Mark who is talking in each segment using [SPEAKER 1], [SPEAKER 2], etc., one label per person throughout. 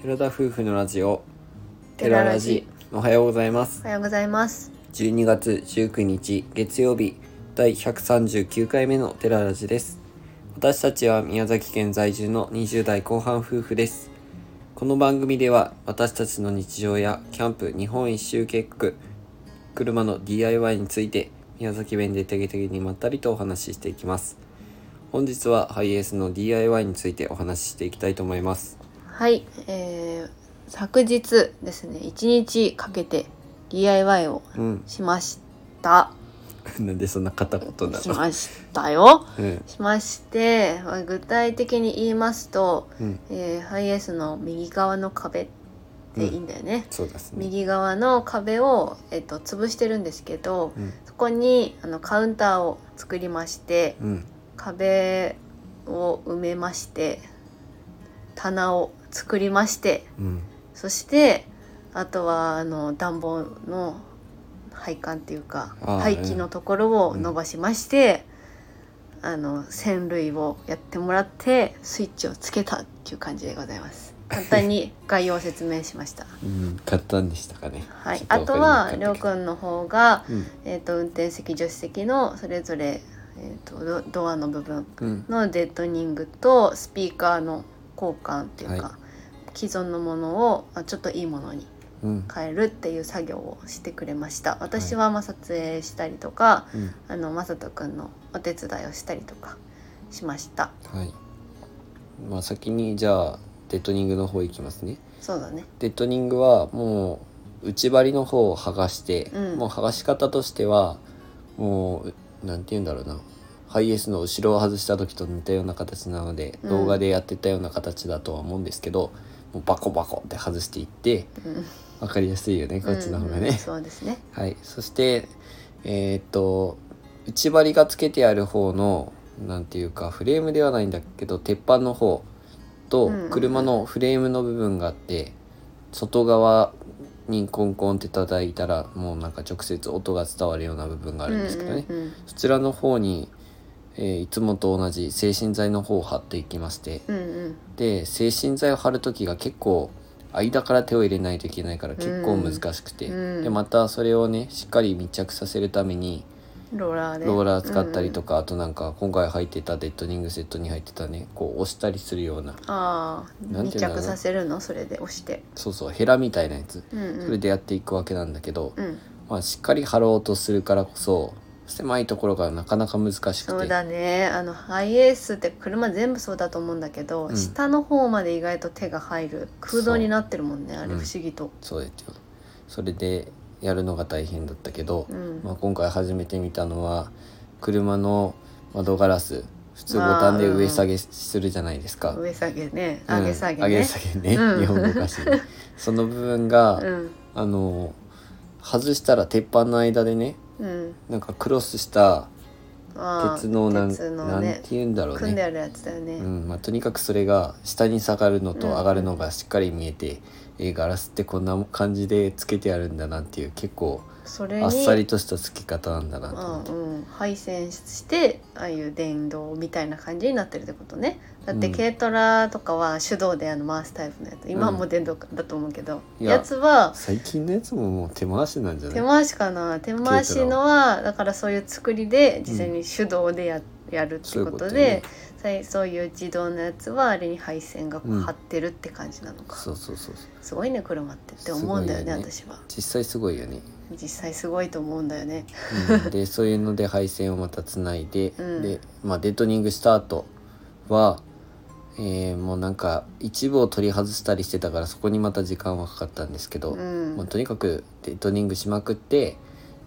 [SPEAKER 1] 寺田夫婦のラジオ
[SPEAKER 2] テララジ
[SPEAKER 1] おはようございます
[SPEAKER 2] おはようございます
[SPEAKER 1] 12月19日月曜日第139回目のテララジです私たちは宮崎県在住の20代後半夫婦ですこの番組では私たちの日常やキャンプ日本一周計画車の DIY について宮崎弁でてげてげにまったりとお話ししていきます本日はハイエースの DIY についてお話ししていきたいと思います
[SPEAKER 2] はい、えー、昨日ですね一日かけて DIY を
[SPEAKER 1] うん
[SPEAKER 2] しました、
[SPEAKER 1] なんでそんな片言な
[SPEAKER 2] し
[SPEAKER 1] の
[SPEAKER 2] ましたよ
[SPEAKER 1] うん
[SPEAKER 2] しましてまあ具体的に言いますと、
[SPEAKER 1] うん
[SPEAKER 2] えーハイエースの右側の壁でいいんだよね、
[SPEAKER 1] そうですね
[SPEAKER 2] 右側の壁を、えっと潰してるんですけど
[SPEAKER 1] うん
[SPEAKER 2] そこにあのカウンターを作りまして、
[SPEAKER 1] うん
[SPEAKER 2] 壁を埋めまして棚を作りまして
[SPEAKER 1] うん
[SPEAKER 2] そしてあとはあの暖房の配管っていうか
[SPEAKER 1] あー
[SPEAKER 2] 排気のところを伸ばしまして、あの線類をやってもらってスイッチをつけたっていう感じでございます簡 単に概要を説明しました
[SPEAKER 1] うん、簡単でしたかね。
[SPEAKER 2] はい
[SPEAKER 1] ちょっ
[SPEAKER 2] あとはりょ
[SPEAKER 1] わ
[SPEAKER 2] う
[SPEAKER 1] か
[SPEAKER 2] くんの方が、
[SPEAKER 1] りにくかったけど
[SPEAKER 2] えー、と運転席助手席のそれぞれ、えー、とドドアの部分
[SPEAKER 1] うん、うん、
[SPEAKER 2] のデッドニングとスピーカーの交換っていうか、
[SPEAKER 1] は
[SPEAKER 2] 既存のものをあちょっといいものに
[SPEAKER 1] うん、
[SPEAKER 2] 変えるっていう作業をしてくれました私はまあ撮影したりとか、
[SPEAKER 1] うん、
[SPEAKER 2] あのまさとくんのお手伝いをしたりとかしました
[SPEAKER 1] はい。まあ、先にじゃあ、デッドニングの方いきますね。
[SPEAKER 2] そうだね
[SPEAKER 1] デッドニングはもう内張りの方を剥がして、
[SPEAKER 2] うん
[SPEAKER 1] もう剥がし方としては。もう、うなんて言うんだろうな。ハイエースの後ろを外した時と似たような形なので、
[SPEAKER 2] うん
[SPEAKER 1] 動画でやってたような形だとは思うんですけど。もうバコバコって外していって、
[SPEAKER 2] うん
[SPEAKER 1] わかりやすいよね、こっちの方がね。
[SPEAKER 2] うんそうですね
[SPEAKER 1] はい、そしてえーっと内張りがつけてある方のなんていうかフレームではないんだけど鉄板の方と
[SPEAKER 2] うん
[SPEAKER 1] 車のフレームの部分があって、外側にコンコンって叩いたらもうなんか直接音が伝わるような部分があるんですけどね、
[SPEAKER 2] うんうん
[SPEAKER 1] そちらの方に、えーいつもと同じ精神剤の方を貼っていきまして
[SPEAKER 2] うんうん
[SPEAKER 1] で精神剤を貼る時が結構間から手を入れないといけないから結構難しくて、
[SPEAKER 2] うん
[SPEAKER 1] でまたそれをねしっかり密着させるために
[SPEAKER 2] うんローラーで
[SPEAKER 1] ローラー使ったりと
[SPEAKER 2] か、
[SPEAKER 1] か、あとなんか今回入ってたデッドニングセットに入ってたねこう押したりするような
[SPEAKER 2] うんああ
[SPEAKER 1] なんて
[SPEAKER 2] 密
[SPEAKER 1] いうんだろう
[SPEAKER 2] 着させるのそれで押して、
[SPEAKER 1] そうそうヘラみたいなやつ
[SPEAKER 2] うんうん、
[SPEAKER 1] それでやっていくわけなんだけど、
[SPEAKER 2] うん
[SPEAKER 1] まあ、しっかり貼ろうとするからこそ狭いところがなかなか難しくて
[SPEAKER 2] そうだねあのハイエースって車全部そうだと思うんだけど、
[SPEAKER 1] うん
[SPEAKER 2] 下の方まで意外と手が入る空洞になってるもんねあれ
[SPEAKER 1] うん
[SPEAKER 2] 不思議と、
[SPEAKER 1] そうですよそれでやるのが大変だったけど、
[SPEAKER 2] うん
[SPEAKER 1] まあ、今回初めて見たのは車の窓ガラス普通ボタンで上下げするじゃないですか、
[SPEAKER 2] 上下げね
[SPEAKER 1] うん
[SPEAKER 2] 上げ下げね、
[SPEAKER 1] 上げ下げね、
[SPEAKER 2] うん
[SPEAKER 1] 日本語歌詞 ねその部分が、
[SPEAKER 2] うん
[SPEAKER 1] あの外したら鉄板の間でね
[SPEAKER 2] うん
[SPEAKER 1] なんかクロスした
[SPEAKER 2] あー
[SPEAKER 1] 鉄のなん
[SPEAKER 2] 鉄の
[SPEAKER 1] なん
[SPEAKER 2] ね
[SPEAKER 1] て言うんだろう
[SPEAKER 2] 組んで
[SPEAKER 1] ね、
[SPEAKER 2] あるやつだよね、
[SPEAKER 1] うんまあ、とにかくそれが下に下がるのと
[SPEAKER 2] うん
[SPEAKER 1] 上がるのがしっかり見えて、えーガラスってこんな感じでつけてあるんだなっていう結構
[SPEAKER 2] それに
[SPEAKER 1] あっさりとした付き方なんだなと思
[SPEAKER 2] あ
[SPEAKER 1] って、
[SPEAKER 2] うん、配線してああいう電動みたいな感じになってるってことねだって
[SPEAKER 1] うん
[SPEAKER 2] 軽トラとかは手動であの回すタイプのやつ今はもう電動だと思うけど、
[SPEAKER 1] いや
[SPEAKER 2] やつは
[SPEAKER 1] 最近のやつももう手回しなんじゃ
[SPEAKER 2] 手
[SPEAKER 1] ない
[SPEAKER 2] 回しかな手回しのはだからそういう作りで実際に手動でや,、やるってこと
[SPEAKER 1] そういう
[SPEAKER 2] でさいそういう自動のやつはあれに配線がこ
[SPEAKER 1] う
[SPEAKER 2] うん張ってるって感じなのか、
[SPEAKER 1] そうそうそうそう
[SPEAKER 2] すごいね車ってって思うんだよね
[SPEAKER 1] すごいよね
[SPEAKER 2] 私は
[SPEAKER 1] 実際すごいよ ね、
[SPEAKER 2] 実際すごいと思うんだよね
[SPEAKER 1] うんでそういうので配線をまたつないで、
[SPEAKER 2] うん
[SPEAKER 1] で、まあ、デッドニングした後は、えーもうなんか一部を取り外したりしてたからそこにまた時間はかかったんですけど、
[SPEAKER 2] うん
[SPEAKER 1] もうとにかくデッドニングしまくって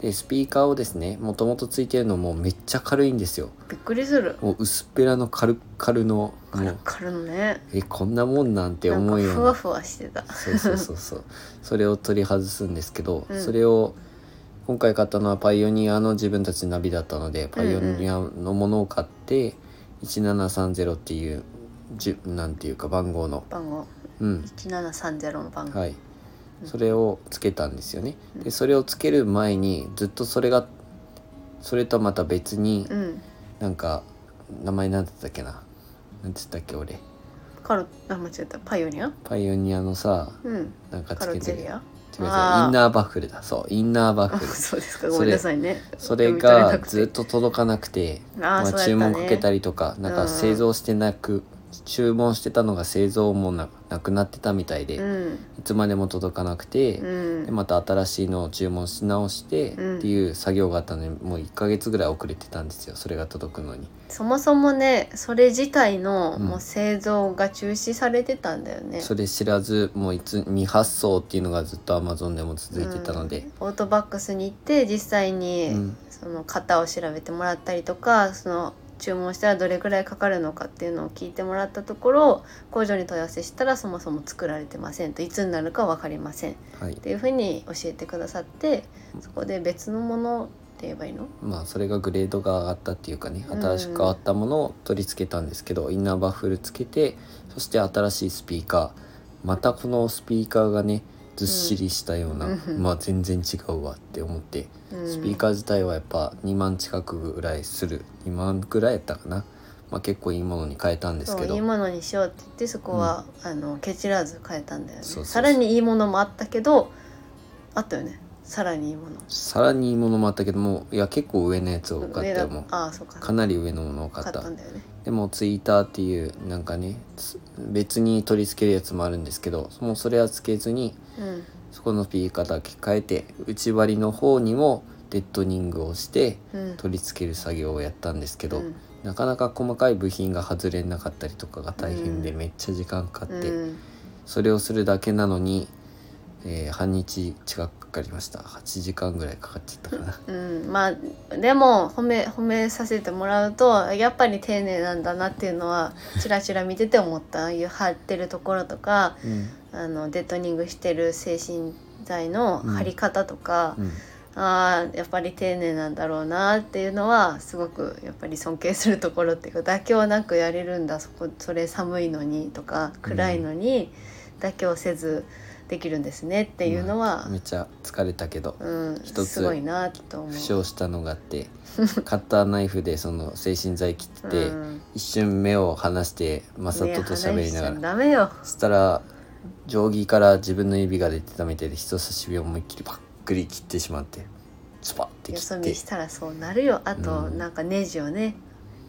[SPEAKER 1] でスピーカーをですねもともとついてるのもめっちゃ軽いんですよ
[SPEAKER 2] びっくりする
[SPEAKER 1] もう薄っぺらのカルカルの
[SPEAKER 2] カ
[SPEAKER 1] も
[SPEAKER 2] ラ
[SPEAKER 1] う
[SPEAKER 2] カラのね
[SPEAKER 1] えこんなもんなんて
[SPEAKER 2] なん
[SPEAKER 1] 思
[SPEAKER 2] か
[SPEAKER 1] うよう
[SPEAKER 2] ふ
[SPEAKER 1] な
[SPEAKER 2] わふわしてた
[SPEAKER 1] そうそうそうそうそれを取り外すんですけど、
[SPEAKER 2] うん
[SPEAKER 1] それを今回買ったのはパイオニアの自分たちのナビだったのでパイオニアのものを買って、1730っていうじゅなんていうか番号の
[SPEAKER 2] 番号
[SPEAKER 1] うん
[SPEAKER 2] 1730の番号、
[SPEAKER 1] はい
[SPEAKER 2] うん
[SPEAKER 1] それをつけたんですよね
[SPEAKER 2] うん
[SPEAKER 1] でそれをつける前にずっとそれがそれとはまた別に
[SPEAKER 2] うん
[SPEAKER 1] なんか名前なんだったっけななんて言ったっけ俺
[SPEAKER 2] カロあ間違えたパイオニア
[SPEAKER 1] パイオニアのさ
[SPEAKER 2] うん
[SPEAKER 1] なんか
[SPEAKER 2] カ
[SPEAKER 1] つ
[SPEAKER 2] ロ
[SPEAKER 1] け
[SPEAKER 2] チ
[SPEAKER 1] て
[SPEAKER 2] ェ
[SPEAKER 1] る
[SPEAKER 2] リ
[SPEAKER 1] 違
[SPEAKER 2] ア
[SPEAKER 1] う違う
[SPEAKER 2] あー
[SPEAKER 1] インナーバッフルだそうインナーバッ
[SPEAKER 2] あ
[SPEAKER 1] フル
[SPEAKER 2] そうです
[SPEAKER 1] そ
[SPEAKER 2] か
[SPEAKER 1] れ
[SPEAKER 2] ごめんなさいね
[SPEAKER 1] それ
[SPEAKER 2] 読み取
[SPEAKER 1] が
[SPEAKER 2] なくて
[SPEAKER 1] ずっと届かなくて
[SPEAKER 2] あー
[SPEAKER 1] ま
[SPEAKER 2] そう
[SPEAKER 1] あ、注
[SPEAKER 2] やったね
[SPEAKER 1] 文かけたりとか、なん
[SPEAKER 2] う
[SPEAKER 1] か
[SPEAKER 2] ん
[SPEAKER 1] 製造してなく、注文してたのが製造もななくなってたみたいで、
[SPEAKER 2] う
[SPEAKER 1] い
[SPEAKER 2] ん
[SPEAKER 1] つまでも届かなくて、
[SPEAKER 2] うん
[SPEAKER 1] でまた新しいのを注文し直して、
[SPEAKER 2] うん
[SPEAKER 1] っていう作業があったのにもう1ヶ月ぐらい遅れてたんですよそれが届くのに
[SPEAKER 2] そもそもねそれ自体の、
[SPEAKER 1] うん
[SPEAKER 2] もう製造が中止されてたんだよね
[SPEAKER 1] それ知らずもういつ未発送っていうのがずっとアマゾンでも続いてたので、
[SPEAKER 2] うんオートバックスに行って実際に、
[SPEAKER 1] うん
[SPEAKER 2] その型を調べてもらったりとかその注文したらどれくらいかかるのかっていうのを聞いてもらったところ工場に問い合わせしたらそもそも作られてませんといつになるか分かりませんっ
[SPEAKER 1] はい
[SPEAKER 2] ていうふうに教えてくださってそこで別のものって言えばいいの
[SPEAKER 1] まあそれがグレードが上がったっていうかね
[SPEAKER 2] うん
[SPEAKER 1] 新しく変わったものを取り付けたんですけど、インナーバッフルつけてそして新しいスピーカーまたこのスピーカーがねずっしりしたような、
[SPEAKER 2] うん
[SPEAKER 1] まあ全然違うわって思って、
[SPEAKER 2] うん
[SPEAKER 1] スピーカー自体はやっぱ2万近くぐらいする2万ぐらいやったかな、まあ、結構いいものに変えたんです
[SPEAKER 2] そ
[SPEAKER 1] け
[SPEAKER 2] ういい
[SPEAKER 1] ど
[SPEAKER 2] ものにしようって言ってそこは、あのケチらず変えたんだよね
[SPEAKER 1] そうそうそう
[SPEAKER 2] さらにいいものもあったけどあったよねさらにいいもの
[SPEAKER 1] さらにいいものもあったけどもいや結構上のやつを買った
[SPEAKER 2] 上だ
[SPEAKER 1] よもう
[SPEAKER 2] ああそうか
[SPEAKER 1] かなり上のものを買っ
[SPEAKER 2] 買ったたんだよね
[SPEAKER 1] でもツイーターっていうなんかねつ別に取り付けるやつもあるんですけどもうそれはつけずに
[SPEAKER 2] うん
[SPEAKER 1] そこのピーカーだけ変えて内張りの方にもデッドニングをして
[SPEAKER 2] うん
[SPEAKER 1] 取り付ける作業をやったんですけど、
[SPEAKER 2] うん
[SPEAKER 1] なかなか細かい部品が外れなかったりとかが大変で
[SPEAKER 2] うん
[SPEAKER 1] めっちゃ時間かかって、
[SPEAKER 2] うん
[SPEAKER 1] それをするだけなのに、えー半日近くかかりました8時間ぐらいかかっちゃったかな
[SPEAKER 2] うん、まあでも褒め褒めさせてもらうとやっぱり丁寧なんだなっていうのはちらちら見てて思ったああいう貼ってるところとか
[SPEAKER 1] うん、
[SPEAKER 2] あのデトニングしてる精神剤の貼り方とか、
[SPEAKER 1] うん
[SPEAKER 2] あーやっぱり丁寧なんだろうなっていうのはすごくやっぱり尊敬するところっていうか妥協なくやれるんだそこそれ寒いのにとか暗いのに妥協せずできるんですねっていうのは、
[SPEAKER 1] めっちゃ疲れたけど
[SPEAKER 2] うん、
[SPEAKER 1] 一つ
[SPEAKER 2] すごいなと思う。
[SPEAKER 1] 負傷したのがあって カッターナイフでその精神剤切って、
[SPEAKER 2] うん
[SPEAKER 1] 一瞬目を離してマサ
[SPEAKER 2] ね
[SPEAKER 1] トと喋りなが
[SPEAKER 2] 話し
[SPEAKER 1] ら、
[SPEAKER 2] ちゃダメよ。
[SPEAKER 1] そしたら定規から自分の指が出てたみたいで人差し指を思いっきりパックリ切ってしまってスパッて
[SPEAKER 2] よ
[SPEAKER 1] 切
[SPEAKER 2] そ
[SPEAKER 1] っ
[SPEAKER 2] 見
[SPEAKER 1] て
[SPEAKER 2] したらそうなるよ。あと、
[SPEAKER 1] うん
[SPEAKER 2] なんかネジをね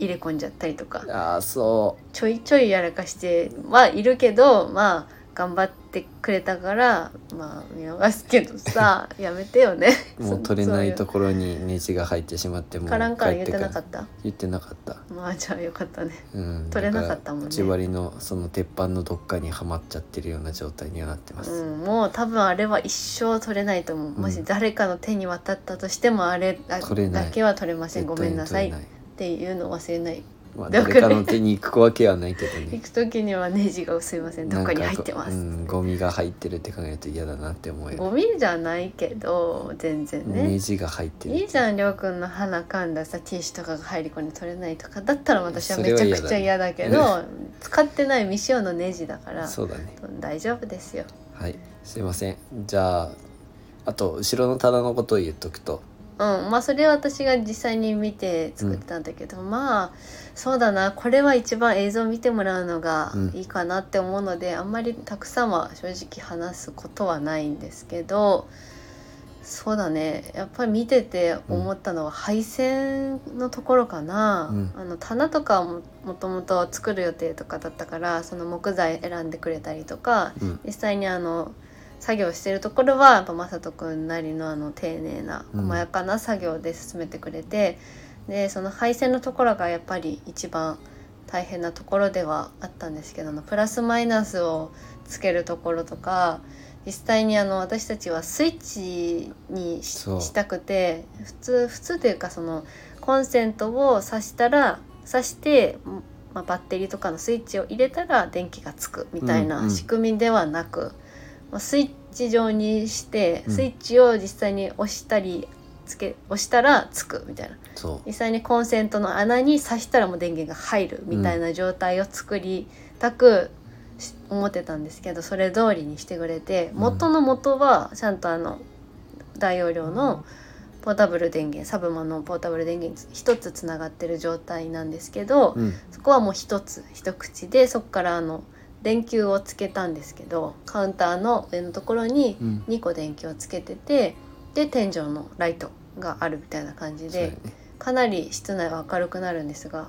[SPEAKER 2] 入れ込んじゃったりとか
[SPEAKER 1] ああそ
[SPEAKER 2] ちょいちょいやらかしてはいるけどまあ頑張ってくれたからまあ見逃すけ どさやめてよね。
[SPEAKER 1] うもう取れないと
[SPEAKER 2] こ。
[SPEAKER 1] ころにネジが入ってしまってもう
[SPEAKER 2] カランカラン言ってなか
[SPEAKER 1] ら
[SPEAKER 2] った。
[SPEAKER 1] 言ってなかった、
[SPEAKER 2] まあじゃあよかったね。
[SPEAKER 1] うん、
[SPEAKER 2] 取れなかったもんね
[SPEAKER 1] 内割りのその鉄板のどっかにはまっちゃってるような状態にはなってます、
[SPEAKER 2] うん、もう多分あれは一生取れないと思う。
[SPEAKER 1] ん
[SPEAKER 2] もし誰かの手に渡ったとしてもあれだ
[SPEAKER 1] 取れない
[SPEAKER 2] だけは取れません。ごめんなさい
[SPEAKER 1] 絶対に取れない
[SPEAKER 2] っていうのを忘れない。
[SPEAKER 1] まあ、
[SPEAKER 2] だか
[SPEAKER 1] 誰
[SPEAKER 2] ら
[SPEAKER 1] かの手に行くわけはないけど
[SPEAKER 2] 行
[SPEAKER 1] ね。
[SPEAKER 2] く時にはネジがすいませ んどっかに入ってま
[SPEAKER 1] な
[SPEAKER 2] す
[SPEAKER 1] んかうん、ゴミが入ってるって考えると嫌だなって思う
[SPEAKER 2] ゴ
[SPEAKER 1] よ。
[SPEAKER 2] ミじゃないけど全然
[SPEAKER 1] ネ
[SPEAKER 2] ね
[SPEAKER 1] ジが入ってる。
[SPEAKER 2] いいじゃんりょうくんの鼻かんださティッシュとかが入り込んで取れないとかだったら私は
[SPEAKER 1] それ
[SPEAKER 2] め
[SPEAKER 1] は
[SPEAKER 2] ちゃ
[SPEAKER 1] 嫌だね
[SPEAKER 2] くちゃ嫌だけど使ってない未使用のネジだから
[SPEAKER 1] そうだね。
[SPEAKER 2] 大丈夫ですよ
[SPEAKER 1] はい。すいません。じゃあ、あと後ろの棚のことを言っとくと、
[SPEAKER 2] うんまあそれは私が実際に見て作ってたんだけど、まあそうだなこれは一番映像見てもらうのがいいかなって思うので、あんまりたくさんは正直話すことはないんですけどそうだねやっぱり見てて思ったのは配線のところかな、
[SPEAKER 1] うん
[SPEAKER 2] あの棚とかはももともと作る予定とかだったからその木材選んでくれたりとか
[SPEAKER 1] うん、
[SPEAKER 2] 実際にあの作業してるところはやっぱ雅人君なりのあの丁寧な
[SPEAKER 1] うん
[SPEAKER 2] 細やかな作業で進めてくれて、でその配線のところがやっぱり一番大変なところではあったんですけどあのプラスマイナスをつけるところとか実際にあの私たちはスイッチにし
[SPEAKER 1] そう
[SPEAKER 2] したくて普通普通というかそのコンセントを挿したら挿して、まあ、バッテリーとかのスイッチを入れたら電気がつくみたい
[SPEAKER 1] うんう
[SPEAKER 2] なん仕組みではなく、まあスイッチ状にして
[SPEAKER 1] うん
[SPEAKER 2] スイッチを実際に押したりつけ押したらつくみたいな
[SPEAKER 1] そう。
[SPEAKER 2] 実際にコンセントの穴に挿したらもう電源が入るみたいな状態を作りたくし思ってたんですけどそれ通りにしてくれて
[SPEAKER 1] うん
[SPEAKER 2] 元の元はちゃんとあの大容量のポータブル電源サブマのポータブル電源一つつながってる状態なんですけど
[SPEAKER 1] うん、
[SPEAKER 2] そこはもう一つ一口でそこからあの電球をつけたんですけどカウンターの上のところに
[SPEAKER 1] うん
[SPEAKER 2] 2個電球をつけててで天井のライトがあるみたいな感じ
[SPEAKER 1] そうや
[SPEAKER 2] で
[SPEAKER 1] ね
[SPEAKER 2] かなり室内は明るくなるんですが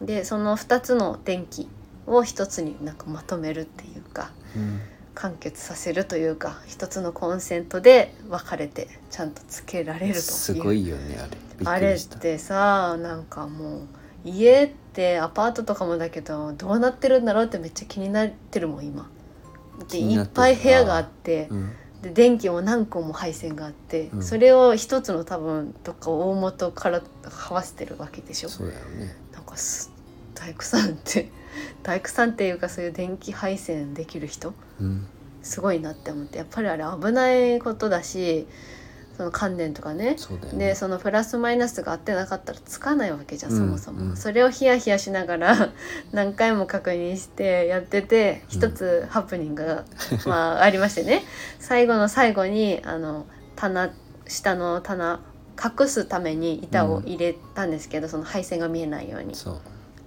[SPEAKER 2] でその2つの電気を1つになんかまとめるっていうか
[SPEAKER 1] うん
[SPEAKER 2] 完結させるというか1つのコンセントで分かれてちゃんとつけられるという
[SPEAKER 1] すごいよねあれび
[SPEAKER 2] あ
[SPEAKER 1] っく
[SPEAKER 2] れ
[SPEAKER 1] り
[SPEAKER 2] っ
[SPEAKER 1] した
[SPEAKER 2] てさなんかもう家ってアパートとかもだけどどうなってるんだろうってめっちゃ気になってるもん今。で
[SPEAKER 1] 気に
[SPEAKER 2] い
[SPEAKER 1] な
[SPEAKER 2] っ
[SPEAKER 1] ってる
[SPEAKER 2] ぱい部屋があって
[SPEAKER 1] うん
[SPEAKER 2] で電気も何個も配線があって、
[SPEAKER 1] うん
[SPEAKER 2] それを一つの多分どっか大元からはわせてるわけでしょ。
[SPEAKER 1] そうだよね
[SPEAKER 2] なんかす大工さんって 大工さんっていうかそういう電気配線できる人
[SPEAKER 1] うん
[SPEAKER 2] すごいなって思ってやっぱりあれ危ないことだしその関連とかね
[SPEAKER 1] そうだよね
[SPEAKER 2] でそのプラスマイナスが合ってなかったらつかないわけじゃん、
[SPEAKER 1] うん
[SPEAKER 2] そもそも、
[SPEAKER 1] うん
[SPEAKER 2] それをヒヤヒヤしながら 何回も確認してやってて
[SPEAKER 1] うん
[SPEAKER 2] 一つハプニングが、 まあ、ありましてね最後の最後にあの棚下の棚隠すために板を入れたんですけど、その配線が見えないように。
[SPEAKER 1] そう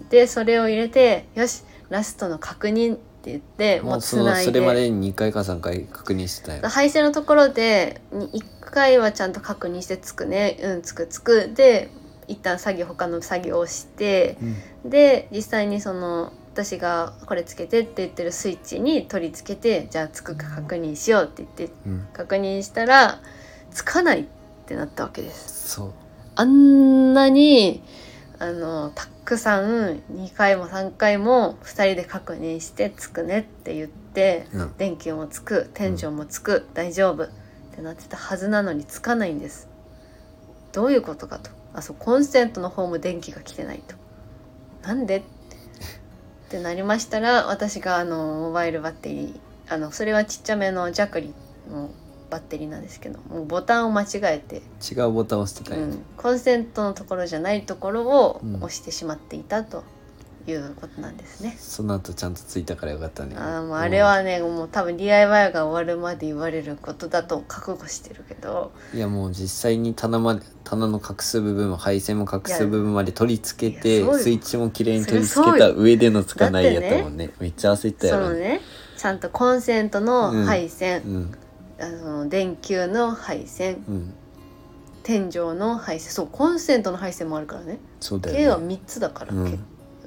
[SPEAKER 2] でそれを入れてよしラストの確認って言っても
[SPEAKER 1] も
[SPEAKER 2] う
[SPEAKER 1] う
[SPEAKER 2] つ
[SPEAKER 1] その
[SPEAKER 2] ない
[SPEAKER 1] そ
[SPEAKER 2] で
[SPEAKER 1] れまでに2回か3回確認してたよ
[SPEAKER 2] 配線のところで1回はちゃんと確認してつくねうんつくつくで一旦作業他の作業をして
[SPEAKER 1] うん
[SPEAKER 2] で実際にその私がこれつけてって言ってるスイッチに取り付けてじゃあつくか確認しようって言って
[SPEAKER 1] うん
[SPEAKER 2] 確認したらつかないってなったわけです。
[SPEAKER 1] そう
[SPEAKER 2] あんなにあのたくさん2回も3回も2人で確認してつくねって言って
[SPEAKER 1] うん
[SPEAKER 2] 電気もつく天井もつく、大丈夫ってなってたはずなのにつかないんですどういうことかとあそうコンセントの方も電気が来てないとなんでってなりましたら私があのモバイルバッテリーあのそれはちっちゃめのジャクリのバッテリーなんですけどもうボタンを間違えて、
[SPEAKER 1] 違うボタンを押してた
[SPEAKER 2] う
[SPEAKER 1] よね
[SPEAKER 2] ん、コンセントのところじゃないところを
[SPEAKER 1] うん
[SPEAKER 2] 押してしまっていたということなんですね。
[SPEAKER 1] その後ちゃんとついたからよかったね
[SPEAKER 2] あーもうあれはね、もう多分 DIY が終わるまで言われることだと覚悟してるけど
[SPEAKER 1] いやもう実際に棚まで棚の隠す部分も配線も隠す部分まで取り付け
[SPEAKER 2] い
[SPEAKER 1] て
[SPEAKER 2] やそうよ
[SPEAKER 1] スイッチも綺麗に
[SPEAKER 2] それ
[SPEAKER 1] 取り付けた上でのつかないや
[SPEAKER 2] だ
[SPEAKER 1] っ
[SPEAKER 2] ってね
[SPEAKER 1] たもんねめっちゃ焦った
[SPEAKER 2] そ
[SPEAKER 1] や
[SPEAKER 2] の
[SPEAKER 1] ろ
[SPEAKER 2] ねちゃんとコンセントの配
[SPEAKER 1] う
[SPEAKER 2] 線、
[SPEAKER 1] ん
[SPEAKER 2] あの電球の配線
[SPEAKER 1] うん
[SPEAKER 2] 天井の配線そうコンセントの配線もあるからね
[SPEAKER 1] そうだ
[SPEAKER 2] 計は
[SPEAKER 1] よね
[SPEAKER 2] 3つだから、
[SPEAKER 1] うん
[SPEAKER 2] け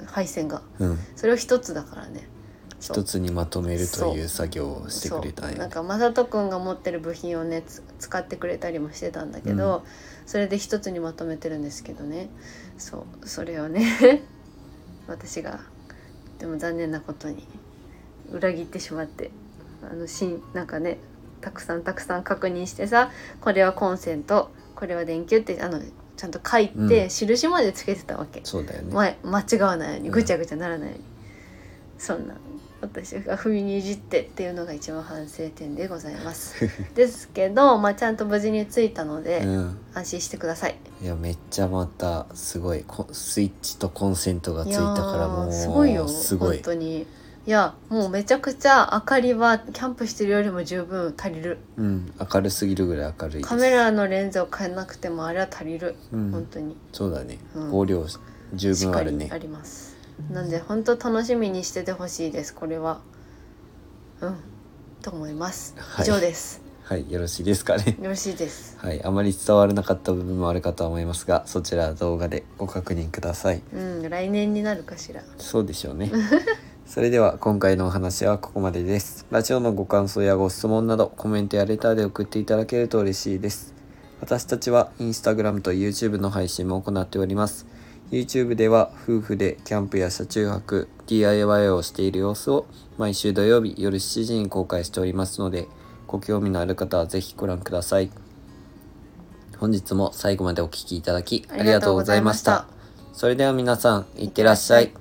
[SPEAKER 2] 配線が
[SPEAKER 1] うん
[SPEAKER 2] それを1つだからねそう
[SPEAKER 1] 一つにまとめるという作業をしてくれたん
[SPEAKER 2] そう
[SPEAKER 1] や
[SPEAKER 2] なん
[SPEAKER 1] ね
[SPEAKER 2] か正人君が持ってる部品をねつ使ってくれたりもしてたんだけど、それで一つにまとめてるんですけどねそうそれをね 私がでも残念なことに裏切ってしまってあのしんなんかねたくさんたくさん確認してさこれはコンセントこれは電球ってあのちゃんと書いて、
[SPEAKER 1] うん
[SPEAKER 2] 印までつけてたわけ
[SPEAKER 1] そうだよね
[SPEAKER 2] ま、間違わないように
[SPEAKER 1] うん
[SPEAKER 2] ぐちゃぐちゃならないように、そんな私が踏みにじってっていうのが一番反省点でございます ですけど、まあ、ちゃんと無事に着いたので、
[SPEAKER 1] うん
[SPEAKER 2] 安心してください
[SPEAKER 1] いやめっちゃまたすごいこスイッチとコンセントがついたから
[SPEAKER 2] やー
[SPEAKER 1] もう
[SPEAKER 2] すごいよ
[SPEAKER 1] すごい
[SPEAKER 2] 本当にいやもうめちゃくちゃ明かりはキャンプしてるよりも十分足りる
[SPEAKER 1] うん明るすぎるぐらい明るいです
[SPEAKER 2] カメラのレンズを変えなくてもあれは足りる、
[SPEAKER 1] うん
[SPEAKER 2] 本当に
[SPEAKER 1] そうだね
[SPEAKER 2] うん
[SPEAKER 1] 光量十
[SPEAKER 2] しっ
[SPEAKER 1] 分
[SPEAKER 2] か
[SPEAKER 1] ある
[SPEAKER 2] り
[SPEAKER 1] ね
[SPEAKER 2] あります、なんで本当楽しみにしててほしいですこれはうんと思います
[SPEAKER 1] は
[SPEAKER 2] 以
[SPEAKER 1] い
[SPEAKER 2] 上です、
[SPEAKER 1] はいよろしいですかね
[SPEAKER 2] よろしいです
[SPEAKER 1] はい、あまり伝わらなかった部分もあるかと思いますが、そちらは動画でご確認ください。
[SPEAKER 2] うん来年になるかしら
[SPEAKER 1] そうでしょうね。 それでは今回のお話はここまでです。ラジオのご感想やご質問などコメントやレターで送っていただけると嬉しいです。私たちは Instagram と YouTube の配信も行っております。YouTube では夫婦でキャンプや車中泊、DIY をしている様子を毎週土曜日夜7時に公開しておりますので、ご興味のある方はぜひご覧ください。本日も最後までお聴きいただきありがとうございました。それでは皆さん、いってらっしゃい